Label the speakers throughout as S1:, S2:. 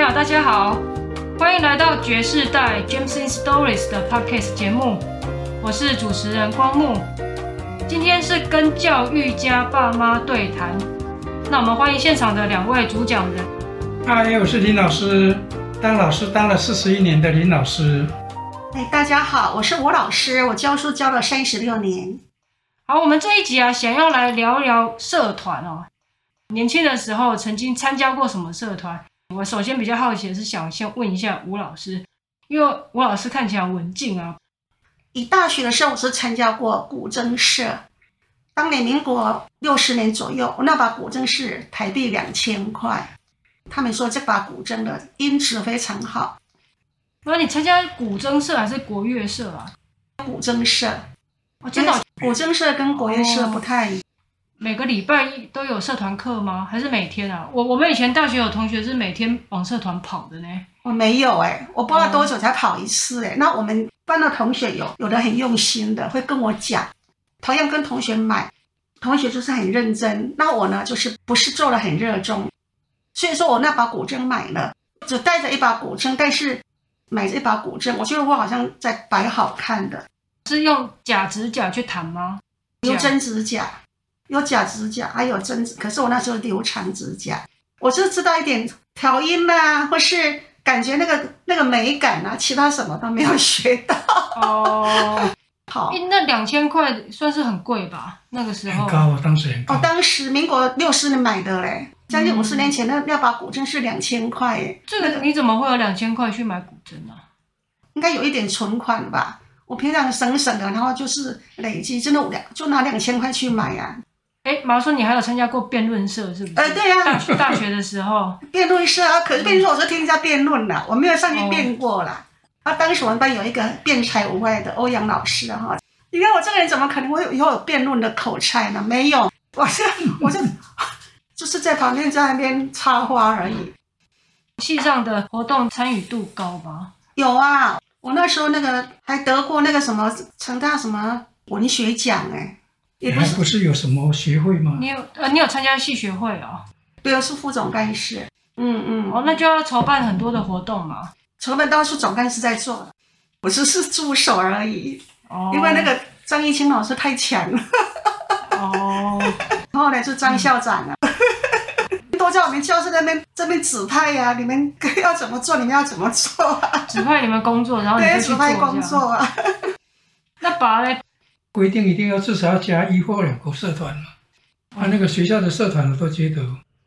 S1: 友大家好，欢迎来到爵士代 Jameson Stories 的 Podcast 节目，我是主持人光木。今天是跟教育家爸妈对谈，那我们欢迎现场的两位主讲人。
S2: 嗨，我是林老师，当老师当了四十一年的林老师。
S3: 哎，大家好，我是吴老师，我教书教了三十六年。
S1: 好，我们这一集啊，想要来聊聊社团哦。年轻的时候曾经参加过什么社团？我首先比较好奇的是，想先问一下吴老师，因为吴老师看起来很文静啊。
S3: 以大学的时候，我是参加过古筝社，当年民国六十年左右，我那把古筝是台币两千块，他们说这把古筝的音质非常好，
S1: 那你参加古筝社还是国乐社啊？
S3: 古筝社。
S1: 我知道
S3: 古筝社跟国乐社不太一样，
S1: 每个礼拜一都有社团课吗？还是每天啊？我我们以前大学有同学是每天往社团跑的呢。
S3: 我没有哎、我不知道多久才跑一次哎、那我们班的同学有有的很用心的，会跟我讲，同样跟同学买，同学就是很认真。那我呢，就是不是做的很热衷，所以说我那把古筝买了，只带着一把古筝，但是买这把古筝，我觉得我好像在摆好看的，
S1: 是用假指甲去弹吗？
S3: 有真指甲，有假指甲，还有真指，可是我那时候留长指甲，我就知道一点调音呐、或是感觉那个那个美感啊，其他什么都没有学到。
S1: 哦，
S3: 好，
S1: 诶那两千块算是很贵吧？那个时
S2: 很
S1: 候
S2: 高，我啊当时很
S3: 哦
S2: 高，。
S3: 当时民国六十年买的嘞，将近五十年前那那把古筝是两千块耶，
S1: 这个你怎么会有两千块去买古筝啊呢、
S3: 应该有一点存款吧。我平常省省的，然后就是累积，真的我两就拿两千块去买呀、
S1: 哎，马说你还有参加过辩论社是不是？
S3: 呃对啊
S1: 大学大学的时候，
S3: 辩论社啊，可是辩论社我是听人家辩论的，我没有上去辩过啦。啊，当时我们班有一个辩才无外的欧阳老师啊哈、你看我这个人怎么可能会有以后有辩论的口才呢？没有，我是 我就就是在旁边在那边插花而已。
S1: 系上的活动参与度高吧？
S3: 有啊，我那时候那个还得过那个什么成大什么文学奖哎、也
S2: 你
S3: 不
S2: 还
S3: 是，
S2: 不是有什么学会吗
S1: 你？有呃，你有参加系学会哦？
S3: 对，是副总干事。嗯嗯，
S1: 哦，那就要筹办很多的活动嘛。
S3: 筹备当时总干事在做，我只是助手而已，
S1: 哦，
S3: 因为那个张一清老师太强了，
S1: 哦，
S3: 后来就张校 长了。都在我们教室那边这边指派呀、你们 要怎么做，你们要怎么做、啊？
S1: 指派你们工作，然后你就
S3: 对，
S1: 去
S3: 指
S1: 做
S3: 派工
S1: 这样。
S3: 作啊。
S1: 那爸嘞，
S2: 规定一定要至少要加一或两个社团嘛。
S3: 哦
S2: 啊，那个学校的社团我都觉得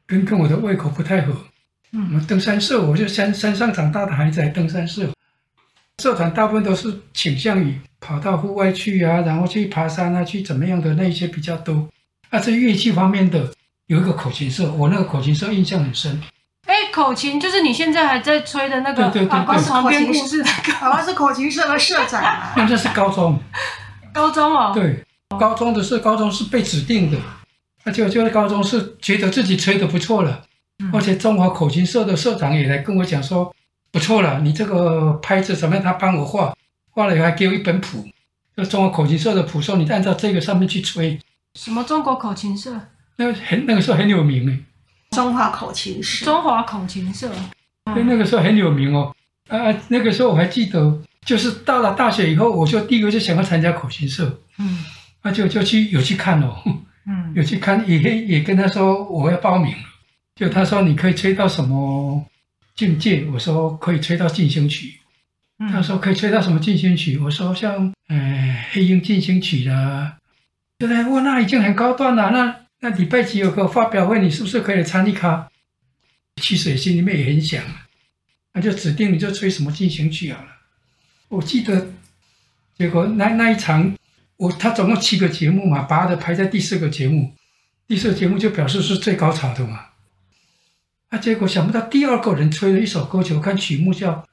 S2: 跟跟我的胃口不太合。
S1: 嗯
S2: 嗯，登山社，我就山山上长大的孩子，还登山社。社团大部分都是倾向于跑到户外去啊，然后去爬山啊，去怎么样的那一些比较多。啊，这乐器方面的有一个口琴社，我那个口琴社印象很深。
S1: 哎，口琴就是你现在还在吹的那个
S2: 对对对
S1: 啊，光
S2: 对
S1: 床边
S3: 口
S1: 故
S3: 琴
S1: 事的歌
S3: 好像是口琴社的社长啊。
S2: 那这是高中。
S1: 高中哦。
S2: 对，高中的是高中是被指定的，而且我就是高中是觉得自己吹得不错了，
S1: 嗯
S2: 而且中华口琴社的社长也来跟我讲说，不错了，你这个拍子怎么样？他帮我画，画了以后还给我一本谱，就中华口琴社的谱，说你按照这个上面去吹，
S1: 什么中国口琴社、
S2: 那个很那个时候很有名欸诶，
S3: 中华口琴社。
S1: 中华口琴社？嗯
S2: 对，那个时候很有名哦。啊，那个时候我还记得，就是到了大学以后，我就第一个就想要参加口琴社，
S1: 嗯
S2: 那就就去有去看哦。
S1: 嗯
S2: 有去看，也也跟他说我要报名了，就他说你可以吹到什么境界，我说可以吹到进行曲，
S1: 嗯
S2: 他说可以吹到什么进行曲，我说像呃黑鹰进行曲啦，对不对？哇，那已经很高端了，那那礼拜几有个发表会，你是不是可以参与卡？其实也心里面也很想，啊那就指定你就吹什么进行曲好了。我记得，结果那那一场，我他总共七个节目嘛，把的排在第四个节目，第四个节目就表示是最高潮的嘛。那、结果想不到第二个人吹了一首歌曲，我看曲目叫《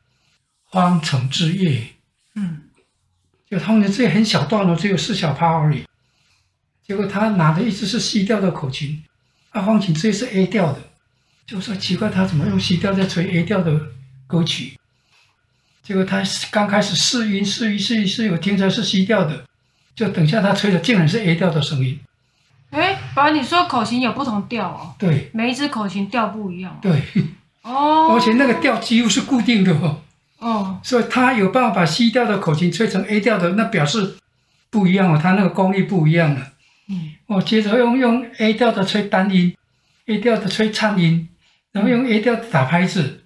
S2: 荒城之夜》，
S1: 嗯
S2: 就他们的这很小段落，只有四小趴而已。结果他拿的一直是 C 调的口琴，啊，钢琴这是 A 调的，就说奇怪，他怎么用 C 调在吹 A 调的歌曲？结果他刚开始试音试音试音试音，我听出来是 C 调的，就等一下他吹的竟然是 A 调的声音。
S1: 哎，爸，你说口琴有不同调哦，
S2: 对
S1: 每一支口琴调不一样哦。
S2: 对，
S1: 哦，
S2: 而且那个调几乎是固定的哦，
S1: 哦，
S2: 所以他有办法把 C 调的口琴吹成 A 调的，那表示不一样哦，他那个功力不一样了。
S1: 嗯，
S2: 哦，接着用用 A 调的吹单音，A 调的吹颤音，然后
S1: 嗯
S2: 用 A 调的打拍子，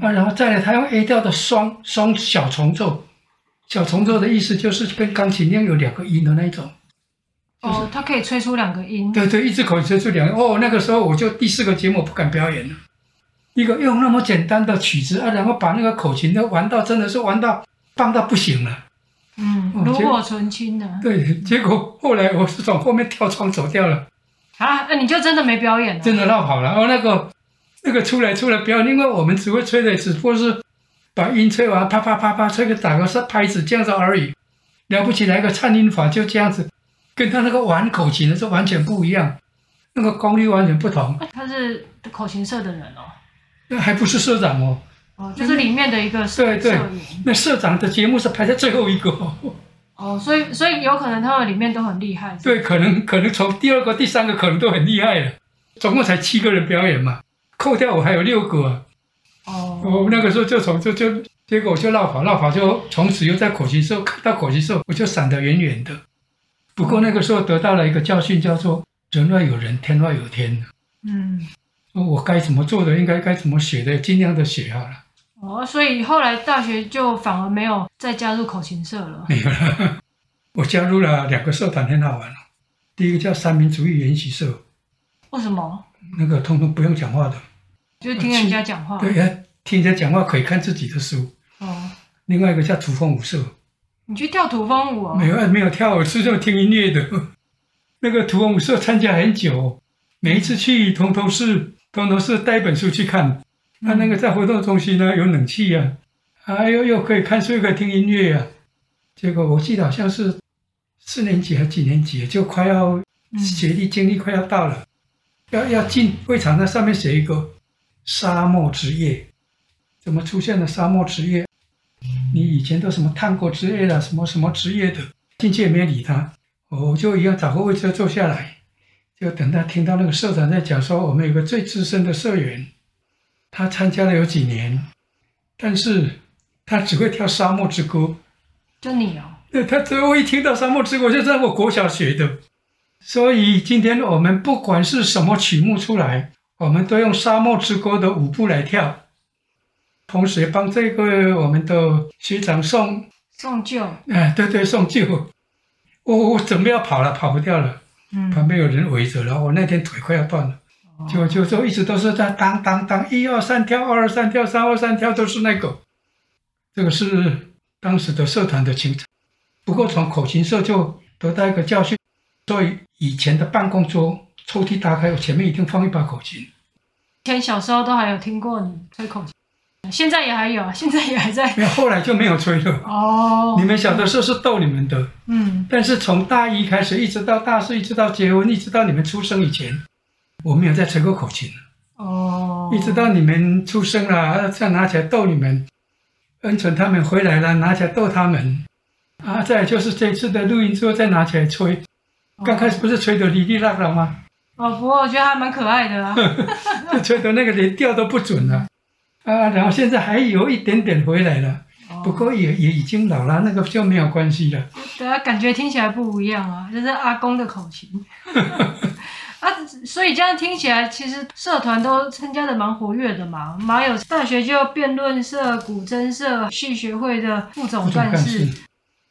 S2: 啊，然后再来他用 A 调的双双小重奏，小重奏的意思就是跟钢琴一样有两个音的那一种。
S1: 哦，它可以吹出两个音，
S2: 对对，一只口吹出两个。哦，那个时候我就第四个节目我不敢表演了。一个用那么简单的曲子啊，然后把那个口琴都玩到真的是玩到棒到不行了。
S1: 嗯，
S2: 哦
S1: 炉
S2: 结果
S1: 火纯青的。
S2: 对，结果后来我是从后面跳窗走掉了，
S1: 啊，那你就真的没表演了？
S2: 真的闹跑了。哦，那个那个出来出来表演，因为我们只会吹的只不过是把音吹完，啪啪啪啪吹个打个是拍子这样子而已，了不起来个颤音法就这样子，跟他那个玩口琴的是完全不一样，那个功率完全不同。
S1: 他是口琴社的人哦，
S2: 那还不是社长哦，
S1: 哦，就是里面的一个社
S2: 对对
S1: 社员
S2: 那社长的节目是排在最后一个 哦、
S1: 哦，所以所以有可能他们里面都很厉害。是吧，
S2: 对，可能可能从第二个、第三个可能都很厉害了，总共才七个人表演嘛，扣掉我还有六个、啊，
S1: 哦，
S2: 我那个时候就从就就结果我就落跑，落跑就从此又在口琴社看到口琴社，我就闪得远远的。不过那个时候得到了一个教训，叫做人外有人，天外有天。哦
S1: 嗯，
S2: 我该怎么做的，应该该怎么写的，尽量的写好了。
S1: 哦，所以后来大学就反而没有再加入口琴社了。
S2: 没有了。我加入了两个社团，很好玩哦。第一个叫三民主义研习社，
S1: 为什么？
S2: 那个通通不用讲话的，
S1: 就是听人家讲话。
S2: 对，要听人家讲话可以看自己的书。
S1: 哦，
S2: 另外一个叫土风舞社，
S1: 你去跳土风舞哦。
S2: 没有没有跳舞，是这么听音乐的。 那个土风舞社参加很久，每一次去通通是通通是带一本书去看。啊那那个在活动中心呢，有冷气啊，还有又可以看书，又可以听音乐啊。结果我记得好像是四年级还几年级，就快要
S1: 嗯
S2: 学历经历快要到了，要要进会场，那上面写一个沙漠之夜，怎么出现了沙漠之夜？你以前都什么探戈之夜了，什么什么之夜的，进去也没理他，我就一样找个位置坐下来，就等他听到那个社长在讲说，我们有个最资深的社员，他参加了有几年，但是他只会跳沙漠之歌。
S1: 就你哦。
S2: 那他最后一听到沙漠之歌，就在我国小学的，所以今天我们不管是什么曲目出来，我们都用沙漠之歌的舞步来跳，同时帮这个我们的学长送，
S1: 送旧，
S2: 哎，对对，送旧。我、我准备要跑了，跑不掉了，
S1: 嗯，哦
S2: 旁边有人围着了，我那天腿快要断了，就就就一直都是在当当当，一二三跳，二二三跳，三二三跳，都是那个。这个是当时的社团的情操。不过从口琴社就得到一个教训，所以以前的办公桌抽屉打开，我前面一定放一把口琴。
S1: 以前小时候都还有听过你吹口琴，现在也还有，啊，现在也还在。
S2: 因为后来就没有吹了。
S1: 哦
S2: 你，们小的时候是逗你们的，
S1: 嗯，
S2: 但是从大一开始一直到大四，一直到结婚，一直到你们出生以前，我没有再吹过口琴。
S1: 哦，
S2: 一直到你们出生了，再拿起来逗你们，恩准他们回来了，拿起来逗他们，啊，再来就是这次的录音之后再拿起来吹，刚开始不是吹得哩哩啦啦吗？
S1: 哦，不过我觉得还蛮可爱的啊。
S2: 就吹得那个连调都不准了，啊，然后现在还有一点点回来了，
S1: 哦
S2: 不过也也已经老了，那个就没有关系了。
S1: 对啊，感觉听起来不一样啊，就是阿公的口 琴。啊，所以这样听起来，其实社团都参加的蛮活跃的嘛。马有大学就辩论社、古筝社、戏学会的副总干
S2: 副
S1: 事
S2: 总干，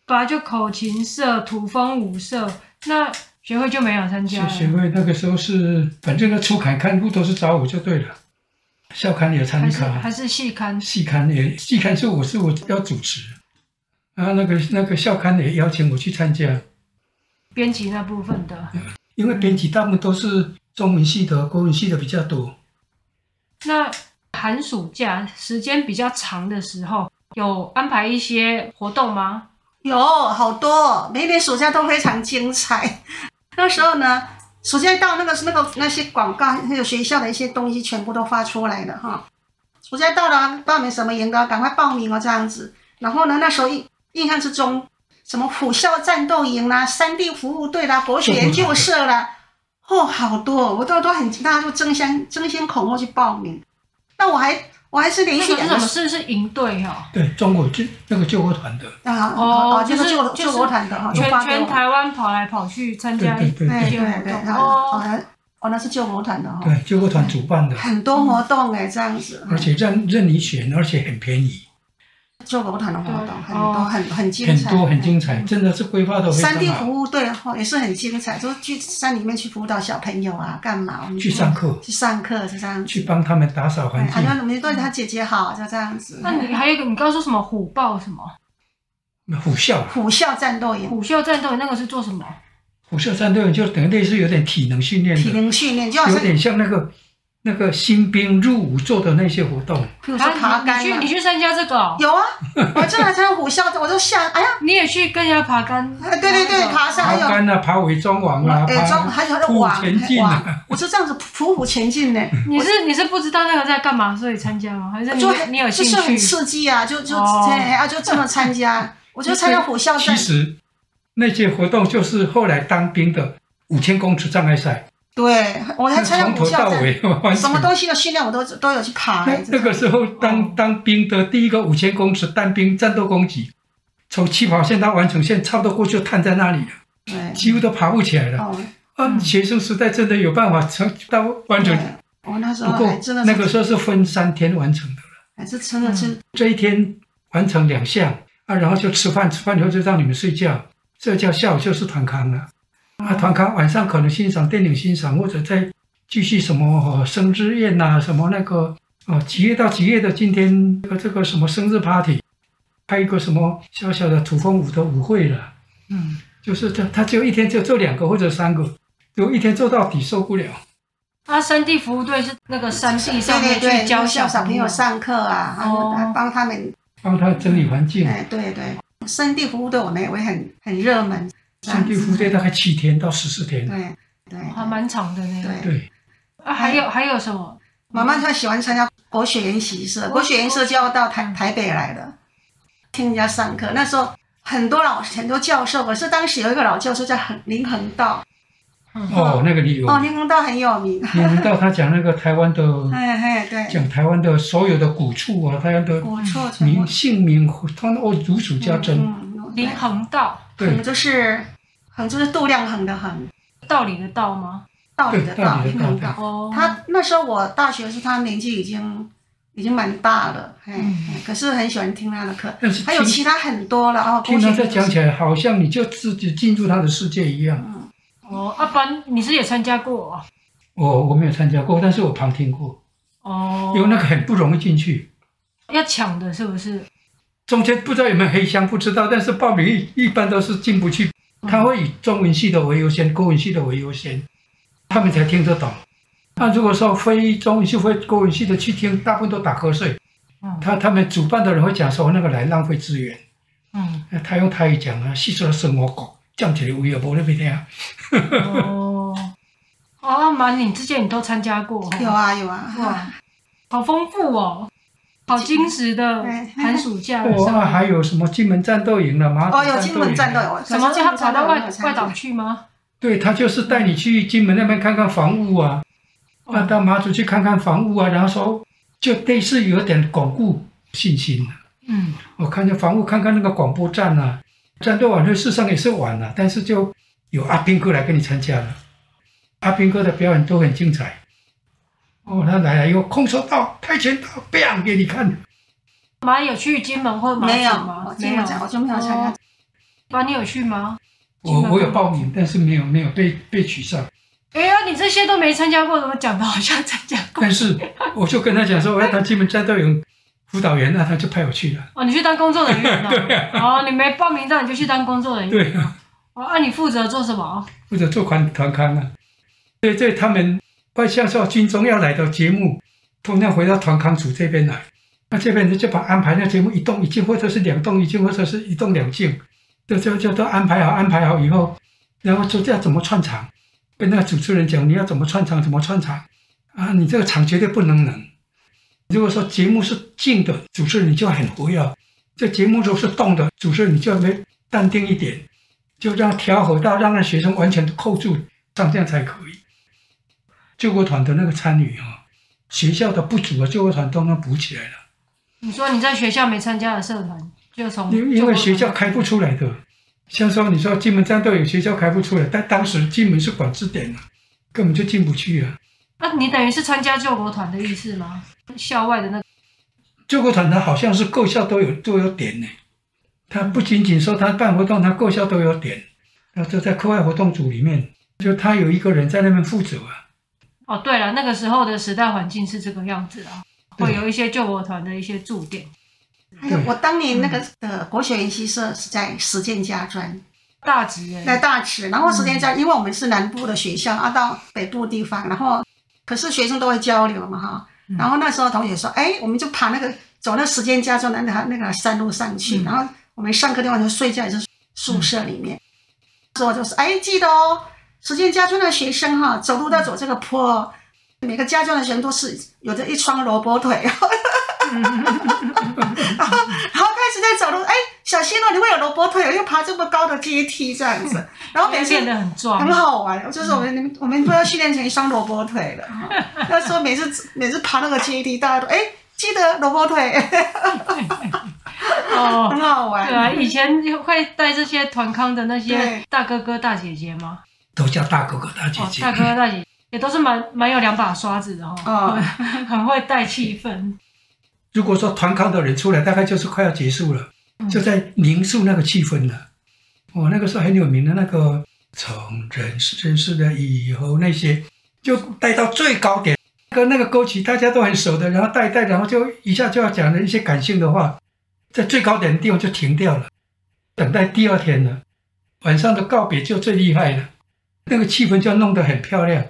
S1: 本来就口琴社、土风舞社，那学会就没有参加
S2: 学
S1: 了。
S2: 学会那个时候是，反正那初刊刊物都是找我就对了，校刊也参
S1: 还是
S2: 加。
S1: 还是戏刊
S2: 戏刊也戏刊是我是我要主持，然后那个那个校刊也邀请我去参加，
S1: 编辑那部分的。
S2: 因为编辑
S3: 嗯
S2: 大部分都是中文系的、国文系的比较多。
S1: 那寒暑假时间比较长的时候，有安排一些活动吗？
S3: 有好多，每一年暑假都非常精彩。 那时候呢，暑假一到那个那个那些广告，还有学校的一些东西，全部都发出来了哈。暑假到了，啊报名什么研高，赶快报名哦，这样子。然后呢，那时候印印象之中，什么虎校战斗营啦、山地服务队啦、博学研究社 啦，哦，好多，我都都很大家都争先争先恐后去报名。但我还我还是 连
S1: 那
S3: 续
S1: 个哎是
S3: 两
S1: 什
S3: 个
S1: 么？是是营队哦哈、
S2: 对中国救那个救国团的，
S3: 啊
S1: 哦
S3: 啊，
S1: 就是
S3: 救
S1: 就是
S3: 救国团的哈，
S1: 全
S3: 有发给
S1: 全
S3: 我
S1: 台湾跑来跑去参
S2: 对
S1: 加
S2: 对对
S3: 对
S1: 一
S2: 对
S1: 些
S3: 对
S1: 活
S3: 对，
S1: 动
S3: 然后哦
S1: 哦，
S3: 那哦那是救国团的哈，
S2: 对救国团主办的，
S3: 很多活动哎，这样子，
S2: 而且任任你选，而且很便宜，
S3: 救国团的活动
S1: 对
S3: 很多
S1: 哦
S3: 很很精
S2: 很
S3: 彩，
S2: 多很精彩，真的是规划的非
S3: 山地
S2: 常好。
S3: 服务队哦也是很精彩，就是去山里面去辅导小朋友啊，干嘛？我们
S2: 去上课
S3: 去上课是这样子。
S2: 去帮他们打扫
S3: 哎
S2: 环
S3: 好像
S2: 境，
S3: 我们对他姐姐好，就这样子。
S1: 那你还有一个，你刚刚说什么虎豹什么
S2: 虎啸，
S3: 虎啸战斗营，
S1: 虎啸战斗，那个是做什么？
S2: 虎啸战队就等于类似有点体能训练
S3: 体
S2: 的，
S3: 能训练，就好
S2: 有
S3: 像
S2: 点像那个那个新兵入伍做的那些活动。
S3: 比如说爬
S1: 啊
S3: 杆
S1: 你你去
S3: 嘛
S1: 你。去参加这个、哦，
S3: 有啊，我这两天虎啸，我就吓，哎呀，
S1: 你也去跟人家爬杆？
S3: 哎对对对，爬山
S2: 爬
S3: 还有
S2: 杆啊，爬伪装网啊，
S3: 哎，装
S2: 爬
S3: 还有那
S2: 步
S3: 网
S2: 前进啊，
S3: 网，我就这样子匍匐前进呢。
S1: 你是你是不知道那个在干嘛，所以参加吗？还是你
S3: 就
S1: 你有兴
S3: 就是很
S1: 趣？
S3: 刺激啊，就就
S1: 哦
S3: 哎啊，就这么 参加，我就参加虎啸
S2: 其
S3: 战，
S2: 实那些活动就是后来当兵的五千公尺障碍赛，
S3: 对我还参加
S2: 从
S3: 虎
S2: 头
S3: 啸
S2: 到
S3: 战，
S2: 尾完
S3: 什么
S2: 全。
S3: 东西的训练我都都有去爬
S2: 那。那个时候
S1: 哦
S2: 当当兵的第一个五千公尺单兵战斗攻击，从起跑线到完成线差不多过去就瘫在那里了，
S3: 对，
S2: 几乎都爬不起来了。
S3: 哦，
S2: 啊，
S1: 嗯
S2: 学生时代真的有办法成到完成
S3: 对，我那时
S2: 不
S3: 候
S2: 过
S3: 还真的是
S2: 那个时嗯候是分三天完成的了，
S3: 还是真的是
S2: 这一天完成两项啊，然后就吃饭，吃饭以后就让你们睡觉，睡觉下午就是团康了。啊，团康晚上可能欣赏电影，欣赏或者再继续什么、呃、生日宴呐、什么那个啊、呃几月到几月的今天这个这个什么生日 party，还有一个什么小小的土风舞的舞会了，
S1: 嗯，
S2: 就是他他就一天就做两个或者三个，如果一天做到底受不了。
S1: 啊，山地服务队是那个山地上
S3: 对
S1: 面
S3: 对
S1: 去
S3: 对，
S1: 教
S3: 小
S1: 朋
S3: 朋友上课啊，还有
S1: 哦
S3: 还帮他们，
S2: 帮他整理环境。
S3: 哎，对对，山地服务队我们也会很很热门，
S2: 山地服务队大概七天到十四天，
S3: 对对
S1: 还啊蛮长的呢。
S3: 对。
S2: 对，
S1: 啊，还有还有什么？
S3: 妈妈她喜欢参加国学研习社，国学研习社就要到
S1: 嗯
S3: 台台北来的，听人家上课。那时候很多老很多教授，可是当时有一个老教授叫恒林恒道，
S1: 嗯
S2: 哦，那个理由，
S3: 哦，林恒道很有名，
S2: 你们到他讲那个台湾的，
S3: 哎哎对，
S2: 讲台湾的所有的古处啊，台湾的
S3: 古错全部
S2: 名，姓名，他们哦如数家珍，
S3: 嗯，
S1: 林恒道，
S3: 恒
S2: 对
S3: 就是恒就是度量衡的衡，
S1: 道理的道吗？
S3: 道理的
S2: 对
S3: 道，
S2: 道理
S3: 林
S2: 的
S3: 恒
S2: 道
S3: 道。
S1: 哦，
S3: 他那时候我大学是他年纪已经已经蛮大了，哎，
S1: 嗯
S3: 哎可是很喜欢听他的课，
S2: 但是
S3: 还有
S2: 听
S3: 其他很多了哦，
S2: 听
S3: 国
S2: 他
S3: 学
S2: 在
S3: 研习
S2: 讲起来，好像你就自己进入他的世界一样。
S1: 哦，阿班，你是也参加过哦？
S2: 我我没有参加过，但是我旁听过，
S1: 哦，
S2: 因为那个很不容易进去，
S1: 要抢的是不是？
S2: 中间不知道有没有黑箱，不知道，但是报名一一般都是进不去，
S3: 哦
S2: 他会以中文系的为优先，国文系的为优先，他们才听得懂。那如果说非中文系、非国文系的去听，大部分都打瞌睡。
S3: 哦
S1: 嗯
S2: 他他们主办的人会讲说那个来浪费资源，
S1: 嗯，
S2: 呃他用台语讲啊，细说的生活狗，这样子的我也无那边听。
S1: 哦，哦，阿蛮，你之前你都参加过哦？
S3: 有啊有啊，
S1: 哇，好丰富哦，好精实的
S3: 对
S1: 寒暑假的
S2: 我
S1: 生
S2: 啊，还
S1: 活。
S2: 有什么金门战斗营了、马祖
S3: 哦，有金门
S2: 战
S3: 战斗
S2: 斗营啊？
S3: 有
S1: 什么叫他跑到外外岛
S3: 去？
S1: 去吗？
S2: 对他就是带你去金门那边看看房屋啊，那到马祖去看看房屋啊，然后说就类似有点巩固信心了。
S1: 嗯，
S2: 我看见房屋，看看那个广播站啊，战斗晚会事实上也是晚了、但是就有阿兵哥来跟你参加了。阿兵哥的表演都很精彩。哦，他来了以后，空手道、跆拳道，bang 给你看。
S1: 妈有去金门或马祖
S3: 没有
S1: 吗？
S3: 我金门战我就没有参加
S1: 哦。妈，你有去吗？
S2: 我我有报名，但是没有没有被被取上。
S1: 哎呀，你这些都没参加过，怎么讲的好像参加过？
S2: 但是我就跟他讲说，我要当金门战斗营辅导员，那他就派我去了。
S1: 哦，你去当工作人员了、哦，你没报名到，你就去当工作人员。
S2: 对啊。
S1: 哦，那、你负责做什么？
S2: 或者做团团刊啊。对对，他们快像说军中要来的节目，同样回到团刊组这边来，那这边就把安排那节目一动一静，或者是两动一静，或者是一动两静，就就就都安排好，安排好以后，然后就要怎么串场，跟那个主持人讲你要怎么串场，怎么串场啊，你这个场绝对不能冷。如果说节目是静的，主持人你就很活跃；这节目如果是动的，主持人你就没淡定一点。就让调和到让那学生完全扣住，这样才可以。救国团的那个参与啊，学校的不足啊，救国团都能补起来了。
S1: 你说你在学校没参加的社哦团，就从
S2: 因因为学校开不出来的，像说你说金门战斗营学校开不出来，但当时金门是管制点啊，根本就进不去啊。
S1: 啊，你等于是参加救国团的意思吗？校外的那个
S2: 救国团它好像是各校都有都有点呢，它不仅仅说它办活动，它各校都有点，然后就在课外活动组里面，就他有一个人在那边负责啊。
S1: 哦，对了，那个时候的时代环境是这个样子啊，会有一些救国团的一些驻点。
S3: 还有
S2: 对
S3: 哎我当年那个
S1: 嗯
S3: 呃国学研习社是在实践家专，
S1: 大直
S3: 在
S1: 哎，
S3: 大池，然后实践
S1: 嗯
S3: 家，因为我们是南部的学校，啊到北部地方，然后可是学生都会交流嘛
S1: 嗯
S3: 哈。然后那时候同学说，哎，我们就爬那个走那时间家专的那个那个山路上去，
S1: 嗯
S3: 然后我们上课地方就睡觉，也是宿舍里面。之后就是，哎，记得哦，时间家专的学生哈，走路都要走这个坡哦。每个家专的学生都是有着一双萝卜腿， 然后然后开始在走路，哎，小心哦，你会有萝卜腿哦，又爬这么高的阶梯这 样子，然后每次
S1: 变得很嗯壮
S3: 很。好玩，就是我们、我们都要训练成一双萝卜腿了。哈那时候每次每次爬那个阶梯，大家都哎、记得萝卜 腿，
S1: 哦
S3: 很，好玩。
S1: 对啊，以前会带这些团康的那些
S3: 对
S1: 大哥哥大姐姐吗？
S2: 都叫大哥哥大姐
S1: 哦，
S2: 姐，
S1: 大哥哥大姐姐也都是蛮蛮有两把刷子的哦，
S3: 哦
S1: 很很会带气氛。
S2: 如果说团康的人出来，大概就是快要结束了
S1: 嗯，
S2: 就在凝塑那个气氛了。我、哦那个时候很有名的那个从人真是的以后那些，就带到最高点，跟那个勾起大家都很熟的，然后带一带，然后就一下就要讲了一些感性的话，在最高点的地方就停掉了，等待第二天了。晚上的告别就最厉害了，那个气氛就弄得很漂亮。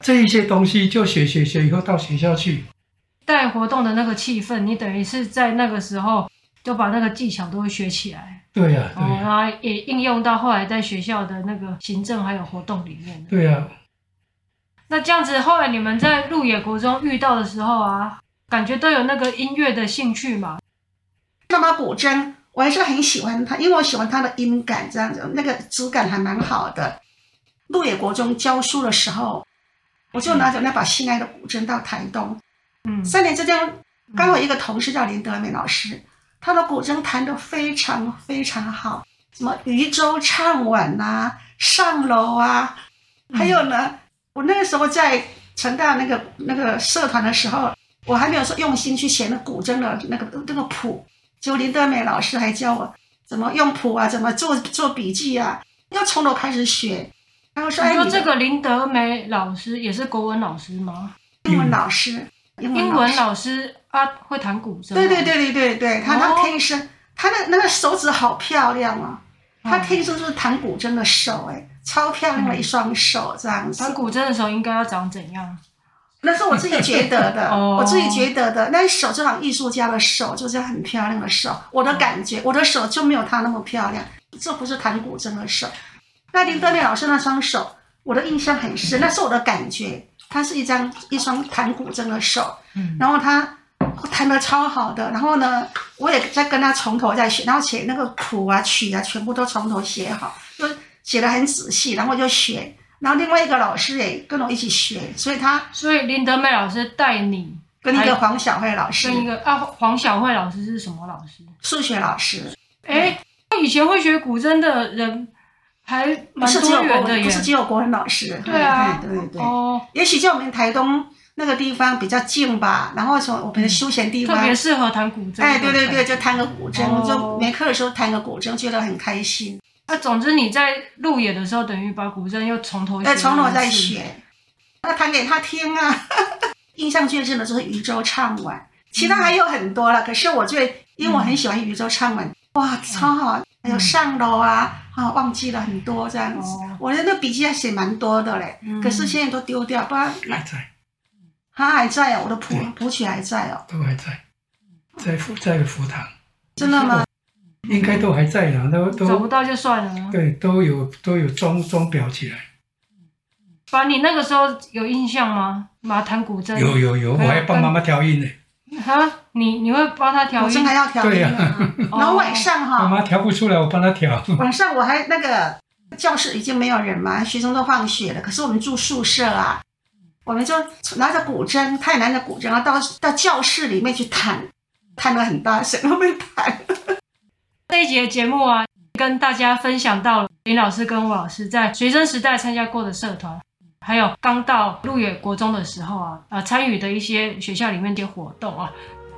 S2: 这一些东西就学学学，以后到学校去，
S1: 带活动的那个气氛，你等于是在那个时候就把那个技巧都会学起来，
S2: 对呀、对、啊
S1: 哦，
S2: 呀。
S1: 然后也应用到后来在学校的那个行政还有活动里面了。
S2: 对啊呀、
S1: 那这样子，后来你们在鹿野国中遇到的时候啊，感觉都有那个音乐的兴趣嘛？
S3: 那么古筝，我还是很喜欢它，因为我喜欢它的音感，这样子那个质感还蛮好的。鹿野国中教书的时候，我就拿着那把心爱的古筝到台东，
S1: 嗯，
S3: 三年之间，刚好一个同事叫林德美老师，她的古筝弹得非常非常好，什么渔舟唱晚呐、啊上楼啊，
S1: 嗯
S3: 还有呢，我那个时候在成大那个那个社团的时候，我还没有说用心去写那古筝的那个那个谱，结果林德美老师还教我怎么用谱啊，怎么做做笔记啊，要从头开始学。然后说，
S1: 你
S3: 哎，
S1: 说
S3: 你
S1: 这个林德梅老师也是国文老师吗？
S3: 英文老师，英
S1: 英
S3: 文老
S1: 文
S3: 师。
S1: 老师啊，会弹古筝。
S3: 嗯对对，对对对对，他
S1: 嗯哦
S3: 他天生他的那个手指好漂亮哦，他
S1: 嗯
S3: 天生就是弹古筝的手哎，超漂亮的一双手这样子
S1: 弹。古筝的时候应该要长怎样？
S3: 那是我自己觉得 的，
S1: 哦
S3: 我自己觉得的。那手就好像艺术家的手，就是很漂亮的手。我
S1: 嗯
S3: 的感觉，我的手就没有他那么漂亮，这不是弹古筝的手。那林德美老师那双手，我的印象很深，那是我的感觉。它是一张一双弹古筝的手，
S1: 嗯
S3: 然后他弹得超好的，然后呢，我也在跟他从头再学，然后写那个谱啊、曲啊，全部都从头写好，就写得很仔细，然后就学。然后另外一个老师也跟我一起学，所以他
S1: 所以林德梅老师带你
S3: 跟一
S1: 还
S3: 个黄小慧老师，
S1: 跟一个啊，黄小慧老师是什么老师？
S3: 数学老师，
S1: 哎，以前会学古筝的人还
S3: 不
S1: 蛮
S3: 是只有
S1: 多
S3: 国
S1: 元的
S3: 文，
S1: 耶
S3: 不。是只有国文老师，
S1: 对啊
S3: 哎对对对。
S1: 哦，
S3: 也许在我们台东那个地方比较近吧，然后从我们的休闲地
S1: 嗯特
S3: 方
S1: 别，适合弹古筝。
S3: 哎，对对对，。就弹个古筝，
S1: 哦
S3: 就没课的时候弹个古筝，觉得很开心。
S1: 那总之你在路野的时候，等于把古筝又从头学
S3: 哎，从头再
S1: 一次。
S3: 学，那弹给他听啊。 印象最深的就是渔舟唱晚，其他还有很多了。可是我最，因为我很喜欢渔舟唱晚，哇，超好！还有上楼啊，啊，忘记了很多这样子
S1: 哦。
S3: 我的那笔记还写蛮多的嘞
S1: 嗯，
S3: 可是现在都丢掉，不然
S2: 还在，
S3: 它还在哦，我的谱
S2: 对
S3: 谱曲还在哦，
S2: 都还在，在佛在佛堂，
S3: 真的吗？
S2: 应该都还在呢，都
S1: 找不
S2: 都
S1: 到就算了。啊
S2: 对，都有都有装装裱起来。
S1: 把你那个时候有印象吗？把弹古筝
S2: 有有有，我还帮妈妈调音呢，
S1: 哈，你你会帮他调
S3: 我真
S1: 音
S3: 还？要调
S2: 对
S3: 音
S2: 呀
S3: 啊。然后晚上
S2: 妈
S3: 哈，
S2: 妈调不出来，我帮她调。
S3: 晚上我还那个教室已经没有人嘛，学生都放学了，可是我们住宿舍啊，我们就拿着古筝，泰南的古筝，然后到到教室里面去弹，弹得很大声，我们弹。
S1: 这一节节目啊，跟大家分享到了林老师跟吴老师在学生时代参加过的社团，还有刚到鹿野国中的时候啊，啊参与的一些学校里面的活动啊。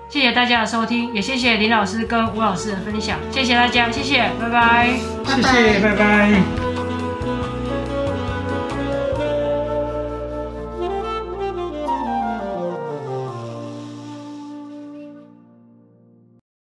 S1: 谢谢大家的收听，也谢谢林老师跟吴老师的分享，谢谢大家，谢谢，拜拜。
S2: 谢谢，拜拜。